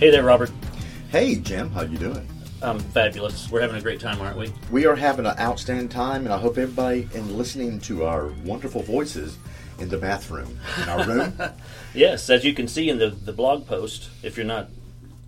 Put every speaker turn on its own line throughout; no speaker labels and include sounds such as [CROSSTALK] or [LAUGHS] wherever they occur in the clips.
Hey there, Robert.
Hey, Jim, how you doing?
I'm fabulous. We're having a great time, aren't we?
We are having an outstanding time, and I hope everybody in listening to our wonderful voices in the bathroom in our
[LAUGHS]
room.
Yes, as you can see in the, the blog post, if you're not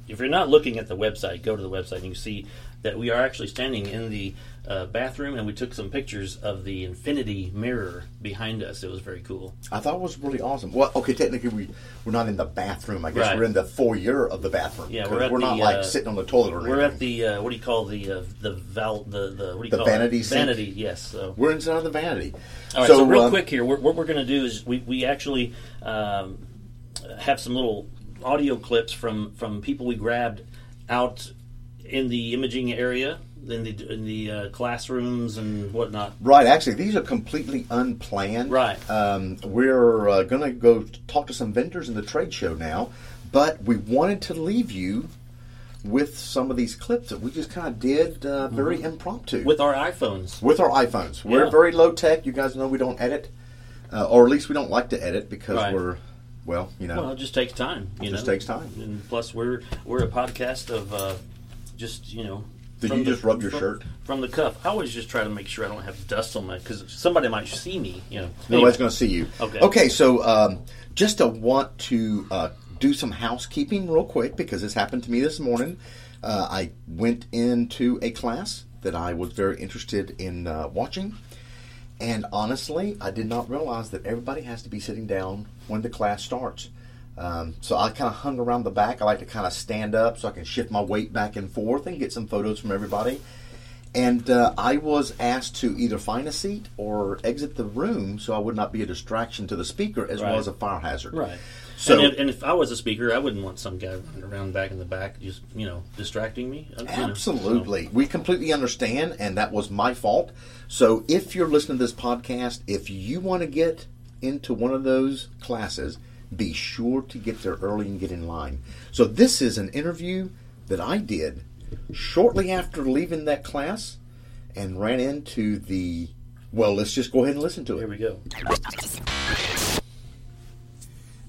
if you're not looking at the website, go to the website and you see that we are actually standing in the uh, bathroom and we took some pictures of the infinity mirror behind us. It was very cool.
I thought it was really awesome. Well, okay, technically we we're not in the bathroom. I guess
Right.
we're in the foyer of the bathroom.
Yeah,
'cause
we're at
not
the,
like
uh,
sitting on the toilet or
We're
anything.
at the uh, what do you call the uh, the val the, the what do you
The
call
vanity
it?
sink?
vanity yes so
we're inside the vanity.
All right, so, real
um,
quick here, we what we're going to do is we, we actually um, have some little audio clips from, from people we grabbed out in the imaging area, in the in the uh, classrooms and whatnot.
Right, actually, these are completely unplanned.
Right.
Um, we're uh, going to go talk to some vendors in the trade show now, but we wanted to leave you with some of these clips that we just kind of did uh, very impromptu
Mm-hmm. With our iPhones,
with our iPhones. We're
Yeah.
very low tech. You guys know we don't edit, uh, or at least we don't like to edit because
Right.
we're, well, you know,
well, it just takes time. You
just
know?
takes time.
And plus, we're we're a podcast of uh, just you know.
Did
from
you just rub your
from-
shirt?
from the cuff? I always just try to make sure I don't have dust on my because somebody might see me. You know,
Nobody's going to see you.
Okay.
so um, just to want to uh, do some housekeeping real quick because this happened to me this morning. Uh, I went into a class that I was very interested in uh, watching, and honestly, I did not realize that everybody has to be sitting down when the class starts. Um, so I kind of hung around the back. I like to kind of stand up so I can shift my weight back and forth and get some photos from everybody. And uh, I was asked to either find a seat or exit the room so I would not be a distraction to the speaker as well
Right.
as a fire hazard.
Right.
So-
and if, and if I was a speaker, I wouldn't want some guy running around back in the back, just you know, distracting me. I- you know, so-
Absolutely. We completely understand, and that was my fault. So if you're listening to this podcast, if you want to get into one of those classes, be sure to get there early and get in line. So this is an interview that I did shortly after leaving that class and ran into the. Well, let's just go ahead and listen to
Here
it.
we go.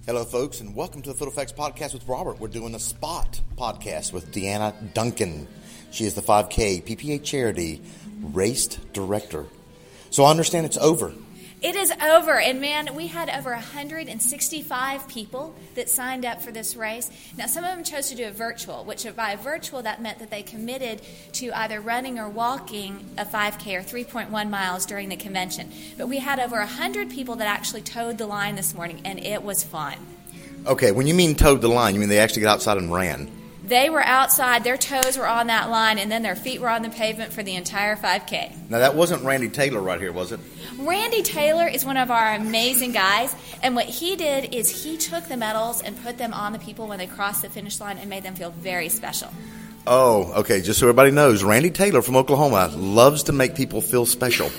Hello, folks, and welcome to the Fiddle Facts Podcast with Robert. We're doing the Spot Podcast with Deanna Duncan. She is the 5K PPA charity race director. So I understand it's over.
It is over, and man, we had over 165 people that signed up for this race. Now, some of them chose to do a virtual, which by virtual, that meant that they committed to either running or walking a 5K or 3.1 miles during the convention. But we had over 100 people that actually towed the line this morning, and it was fun.
Okay, when you mean towed the line, you mean they actually got outside and ran.
They were outside, their toes were on that line, and then their feet were on the pavement for the entire 5K.
Now, that wasn't Randy Taylor right here, was it?
Randy Taylor is one of our amazing guys, and what he did is he took the medals and put them on the people when they crossed the finish line and made them feel very special.
Oh, okay, just so everybody knows, Randy Taylor from Oklahoma loves to make people feel special.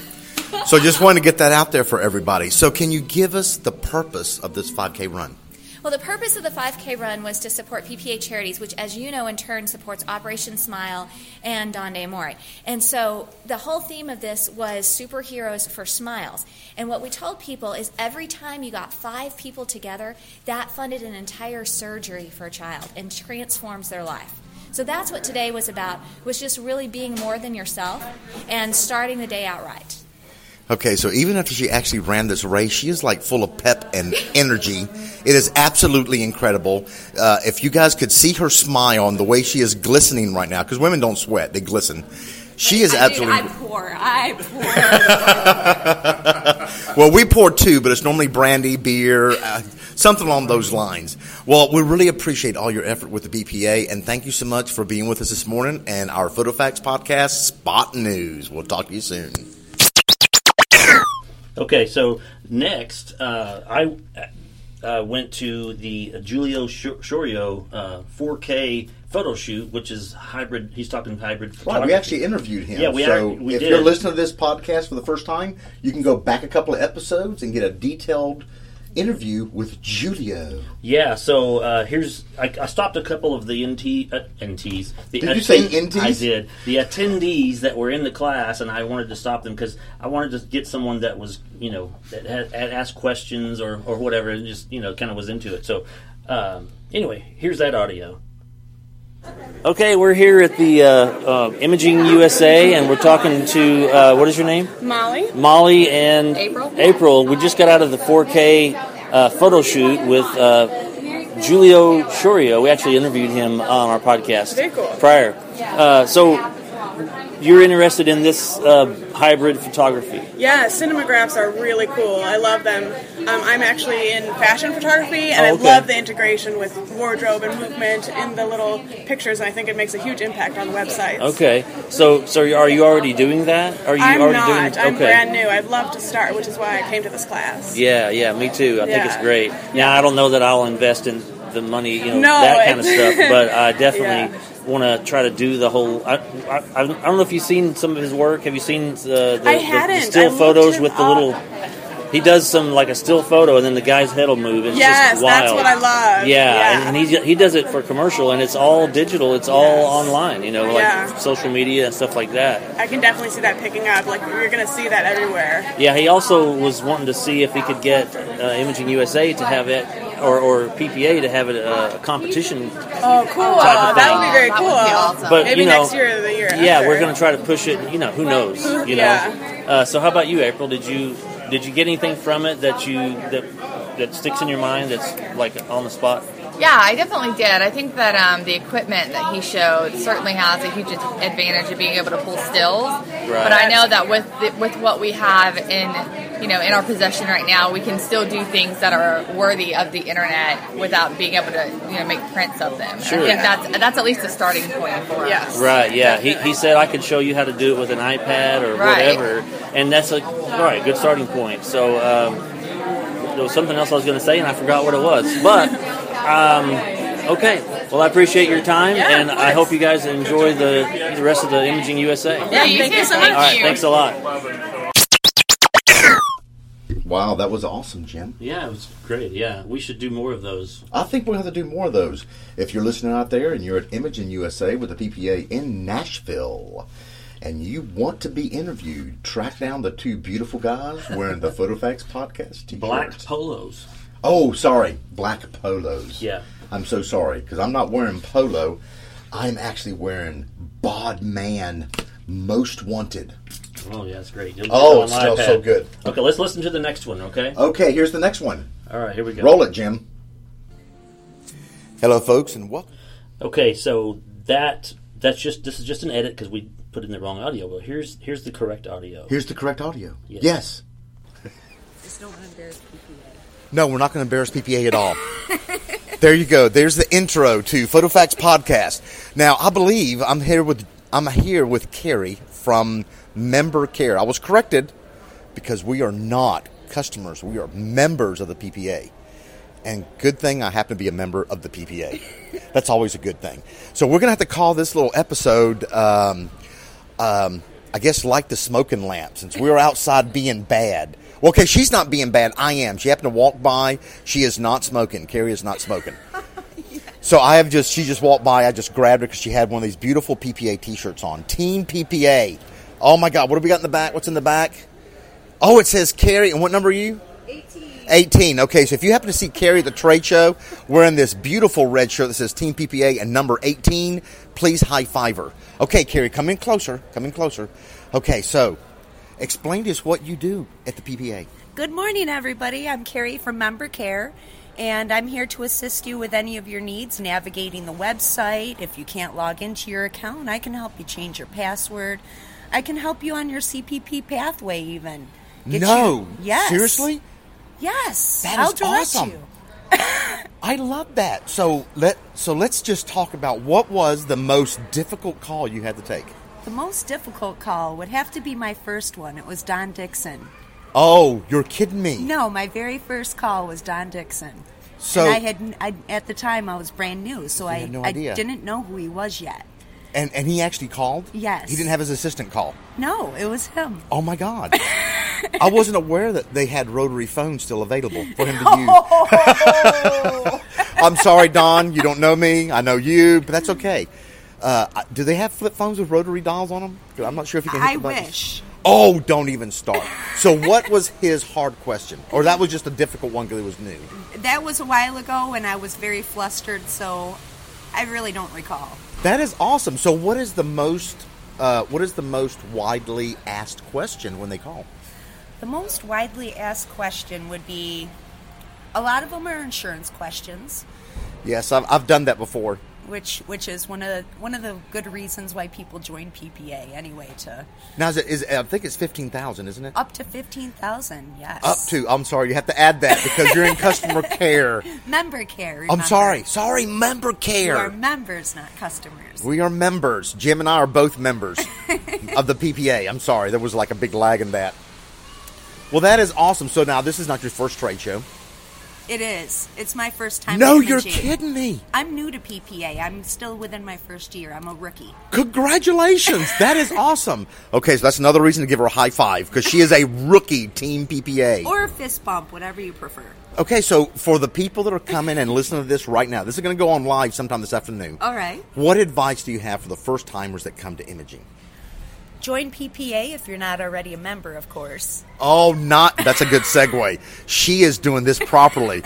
so just wanted to get that out there for everybody. So, can you give us the purpose of this 5K run?
Well, the purpose of the 5K run was to support PPA charities, which, as you know, in turn supports Operation Smile and Don De Amore. And so the whole theme of this was superheroes for smiles. And what we told people is every time you got five people together, that funded an entire surgery for a child and transforms their life. So that's what today was about, was just really being more than yourself and starting the day out right.
Okay, so even after she actually ran this race, she is like full of pep and energy. It is absolutely incredible. Uh, if you guys could see her smile and the way she is glistening right now, because women don't sweat, they glisten. She is absolutely.
poor. I poor.
Well, we pour two, but it's normally brandy, beer, uh, something along those lines. Well, we really appreciate all your effort with the BPA, and thank you so much for being with us this morning and our PhotoFacts podcast, Spot News. We'll talk to you soon.
Okay, so next, uh, I uh, went to the Julio Sh- Shorio uh, 4K photo shoot, which is hybrid. He's talking hybrid
Right,
photography.
we actually interviewed him.
Yeah, we
so
act- we
if
did.
you're listening to this podcast for the first time, you can go back a couple of episodes and get a detailed interview with Julio.
Yeah, so uh, here's I, I stopped a couple of the NT, uh, NTs. The
Did you say NTs?
I did. The attendees that were in the class, and I wanted to stop them because I wanted to get someone that was, you know, that had, had asked questions or, or whatever, and just you know, kind of was into it. So um, anyway, here's that audio. Okay, we're here at the uh, uh, Imaging USA, and we're talking to uh, what is your name?
Molly.
Molly and
April.
April. We just got out of the 4K uh, photo shoot with uh, Julio Shorio. We actually interviewed him on our podcast
Very cool.
prior. Uh, so you're interested in this uh, hybrid photography?
Yeah, cinemagraphs are really cool. I love them. Um, I'm actually in fashion photography, and
Oh, okay.
I love the integration with wardrobe and movement in the little pictures. And I think it makes a huge impact on websites.
Okay. So so are you already doing that? Are you
I'm
already
not.
doing?
I'm
okay.
brand new. I'd love to start, which is why I came to this class.
Yeah, yeah, me too. I think it's
Yeah.
great. Now I don't know that I'll invest in the money, you know,
No,
that kind of
it's-
stuff,
[LAUGHS]
but I definitely
Yeah.
want to try to do the whole. I, I, I don't know if you've seen some of his work. Have you seen uh, the, the,
I
the- the,
hadn't. I
still
looked
photos
him
with the
up.
little? He does some like a still photo, and then the guy's head will move. It's
Yes,
just wild.
that's what I love.
Yeah,
Yeah.
and he he does it for commercial, and it's all digital. It's all
Yes.
online, you know, like
Yeah.
social media and stuff like that.
I can definitely see that picking up. Like you're going to see that everywhere.
Yeah, he also was wanting to see if he could get uh, Imaging USA to have it, or, or PPA to have it uh, a competition.
Oh, cool!
Type of
That
thing.
would be very
That
cool.
would be awesome.
But
Maybe
you know,
next year or the year.
yeah, we're
after.
going to try to push it. You know, who knows? You know.
Yeah.
Uh, so, how about you, April? Did you did you get anything from it that you that that sticks in your mind? That's like on the spot.
Yeah, I definitely did. I think that um, the equipment that he showed certainly has a huge ad- advantage of being able to pull stills. But I know that with the, with what we have in you know in our possession right now, we can still do things that are worthy of the internet without being able to you know make prints of them. And
Sure.
I think that's that's at least a starting point for
Yes.
us.
Right. Yeah. He, he said I could show you how to do it with an iPad or
Right.
whatever, and that's a all right good starting point. So um, there was something else I was going to say, and I forgot what it was. But um, okay. Well, I appreciate your time,
Yeah,
and
of
I
course.
hope you guys enjoy the the rest of the Imaging USA.
Yeah,
Thank you
too.
so much.
All right. Thanks a lot.
Wow, that was awesome, Jim.
Yeah, it was great. Yeah, we should do more of those.
I think we'll have to do more of those. If you're listening out there and you're at Imaging USA with the PPA in Nashville and you want to be interviewed, track down the two beautiful guys wearing the [LAUGHS] PhotoFax podcast t
Black polos.
Oh, sorry, black polos.
Yeah.
I'm so sorry because I'm not wearing polo. I'm actually wearing Bodman Most Wanted.
Oh yeah, it's great. You'll get
Oh,
it
it
on
smells
iPad.
so good.
Okay, let's listen to the next one. Okay.
Okay, here's the next one.
All right, here we go.
Roll it, Jim. Hello, folks, and welcome.
Okay, so that that's just this is just an edit because we put in the wrong audio. But here's here's the correct audio.
Here's the correct audio. Yes.
Just don't want to embarrass PPA.
No, we're not going to embarrass PPA at all. [LAUGHS] there you go. There's the intro to PhotoFax podcast. Now, I believe I'm here with I'm here with Carrie from Member Care. I was corrected because we are not customers. We are members of the PPA. And good thing I happen to be a member of the
[LAUGHS]
PPA. That's always a good thing. So we're going to have to call this little episode um, um, I guess like the smoking lamp since we were outside being bad. Well, okay, she's not being bad. I am. She happened to walk by. She is not smoking. Carrie is not smoking. So I have just she just walked by. I just grabbed her because she had one of these beautiful PPA T-shirts on. Team PPA. Oh my God, what have we got in the back? What's in the back? Oh, it says Carrie. And what number are you? 18. Okay, so if you happen to see Carrie at the trade show wearing this beautiful red shirt that says Team PPA and number 18, please high five her. Okay, Carrie, come in closer. Come in closer. Okay, so explain to us what you do at the PPA.
Good morning, everybody. I'm Carrie from Member Care, and I'm here to assist you with any of your needs navigating the website. If you can't log into your account, I can help you change your password. I can help you on your CPP pathway, even. Get
no.
You, yes.
Seriously?
Yes.
That
I'll
is
direct
awesome.
you.
I love that. So let so let's just talk about what was the most difficult call you had to take.
The most difficult call would have to be my first one. It was Don Dixon.
Oh, you're kidding me.
No, my very first call was Don Dixon.
So-
and I had I, at the time I was brand new, so I,
had no
I
idea.
didn't know who he was yet.
And and he actually called?
Yes.
He didn't have his assistant call.
No, it was him.
Oh my God. I wasn't aware that they had rotary phones still available for
[LAUGHS]
him to use.
Oh,
I'm sorry, Don. You don't know me. I know you, but that's okay. Uh, I- do they have flip phones with rotary dials on them? I'm not sure if you can. Hit
I
the buttons.
wish.
Oh, don't even start. So, what was his hard question, or that was just a difficult one because it was new?
That was a while ago, and I was very flustered. So I really don't recall.
That is awesome. So, what is the most uh, what is the most widely asked question when they call?
The most widely asked question would be a lot of them are insurance questions,
Yes, I've, I've done that before.
which which is one of one of the good reasons why people join PPA anyway to
Now, is it? Is, I think it's fifteen thousand, isn't it?
up to 15,000. Yes.
Up to. I'm sorry, you have to add that because you're in
[LAUGHS]
customer care.
member care.
I'm
remember.
sorry, sorry, member
You are
care.
members, not customers.
We are members. Jim and I are both
[LAUGHS]
members of the PPA. I'm sorry, there was like a big lag in that. Well, that is awesome. So now this is not your first trade show.
It is. It's my first time.
no,
with
you're
MG.
kidding me.
I'm new to PPA. I'm still within my first year. I'm a rookie.
Congratulations. That is [LAUGHS] awesome. Okay, so that's another reason to give her a high five because she is a rookie team PPA.
Or a fist bump, whatever you prefer.
Okay, so for the people that are coming and listening to this right now, this is going to go on live sometime this afternoon.
All right.
What advice do you have for the first timers that come to imaging?
Join PPA if you're not already a member, of course. [LAUGHS]
Oh, not that's a good segue. she is doing this
[LAUGHS]
properly.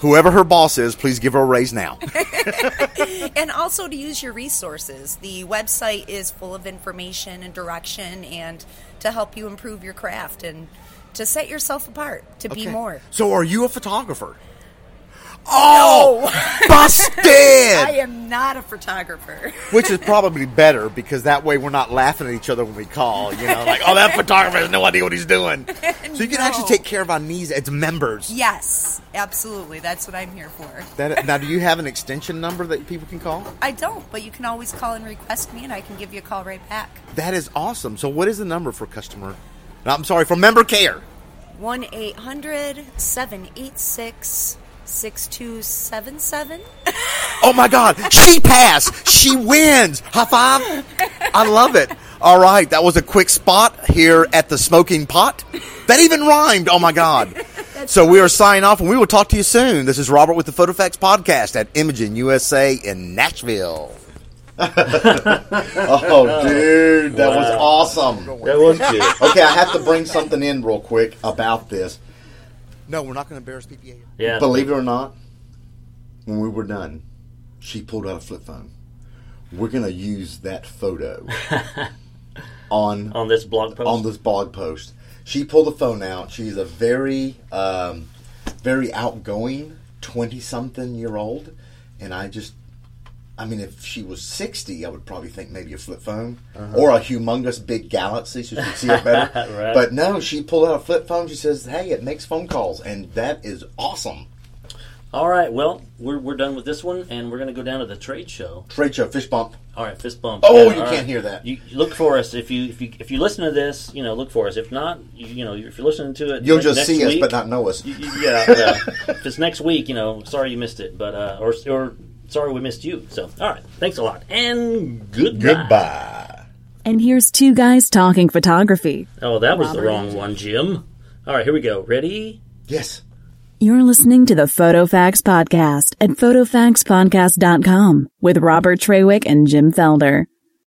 Whoever her boss is, please give her a raise now.
and also to use your resources. The website is full of information and direction and to help you improve your craft and to set yourself apart, to be
Okay.
more.
So, are you a photographer? Oh,
[LAUGHS]
busted!
I am not a photographer. [LAUGHS]
Which is probably better because that way we're not laughing at each other when we call. You know, like, oh, that photographer has no idea what he's
[LAUGHS]
doing. So you can
No.
actually take care of our needs as members.
yes, absolutely. That's what I'm here for.
That, now, do you have an extension number that people can call?
I don't, but you can always call and request me and I can give you a call right back.
That is awesome. So, what is the number for customer? No, I'm sorry, for member care.
1 800 786 6277.
Oh my God, she passed. She wins. High five. I love it. All right, that was a quick spot here at the smoking pot. That even rhymed. Oh my God. So we are signing off and we will talk to you soon. This is Robert with the PhotoFacts Podcast at Imogen USA in Nashville.
Oh, dude, that was awesome.
That was good.
[LAUGHS] Okay, I have to bring something in real quick about this.
No, we're not going to embarrass PPA.
Yeah.
Believe it or not, when we were done, she pulled out a flip phone. We're gonna use that photo on
on this blog post.
on this blog post. She pulled the phone out. She's a very, um, very outgoing twenty-something-year-old, and I just, I mean, if she was sixty, I would probably think maybe a flip phone or a humongous big galaxy, so she could see it better.
Uh-huh. [LAUGHS] Right.
But no, she pulled out a flip phone. She says, "Hey, it makes phone calls," and that is awesome.
All right. Well, we're, we're done with this one, and we're going to go down to the trade show.
Trade show, fish bump.
All right, fist bump.
Oh, you
all
can't hear that.
You you look for us if you if you if you listen to this, you know, look for us. If not, you, you know, if you're listening to it,
You'll
ne-
just
next
see us,
week-
but not know us.
y- y-
[LAUGHS]
Yeah, yeah. if it's next week, you know, sorry you missed it, but uh, or or sorry we missed you. So, all right, thanks a lot, and goodbye.
Goodbye.
And here's two guys talking photography.
Oh, that was the
Robert.
wrong one, Jim. All right, here we go. Ready?
Yes.
You're listening to the PhotoFax Podcast at PhotoFaxPodcast.com with Robert Trawick and Jim Felder.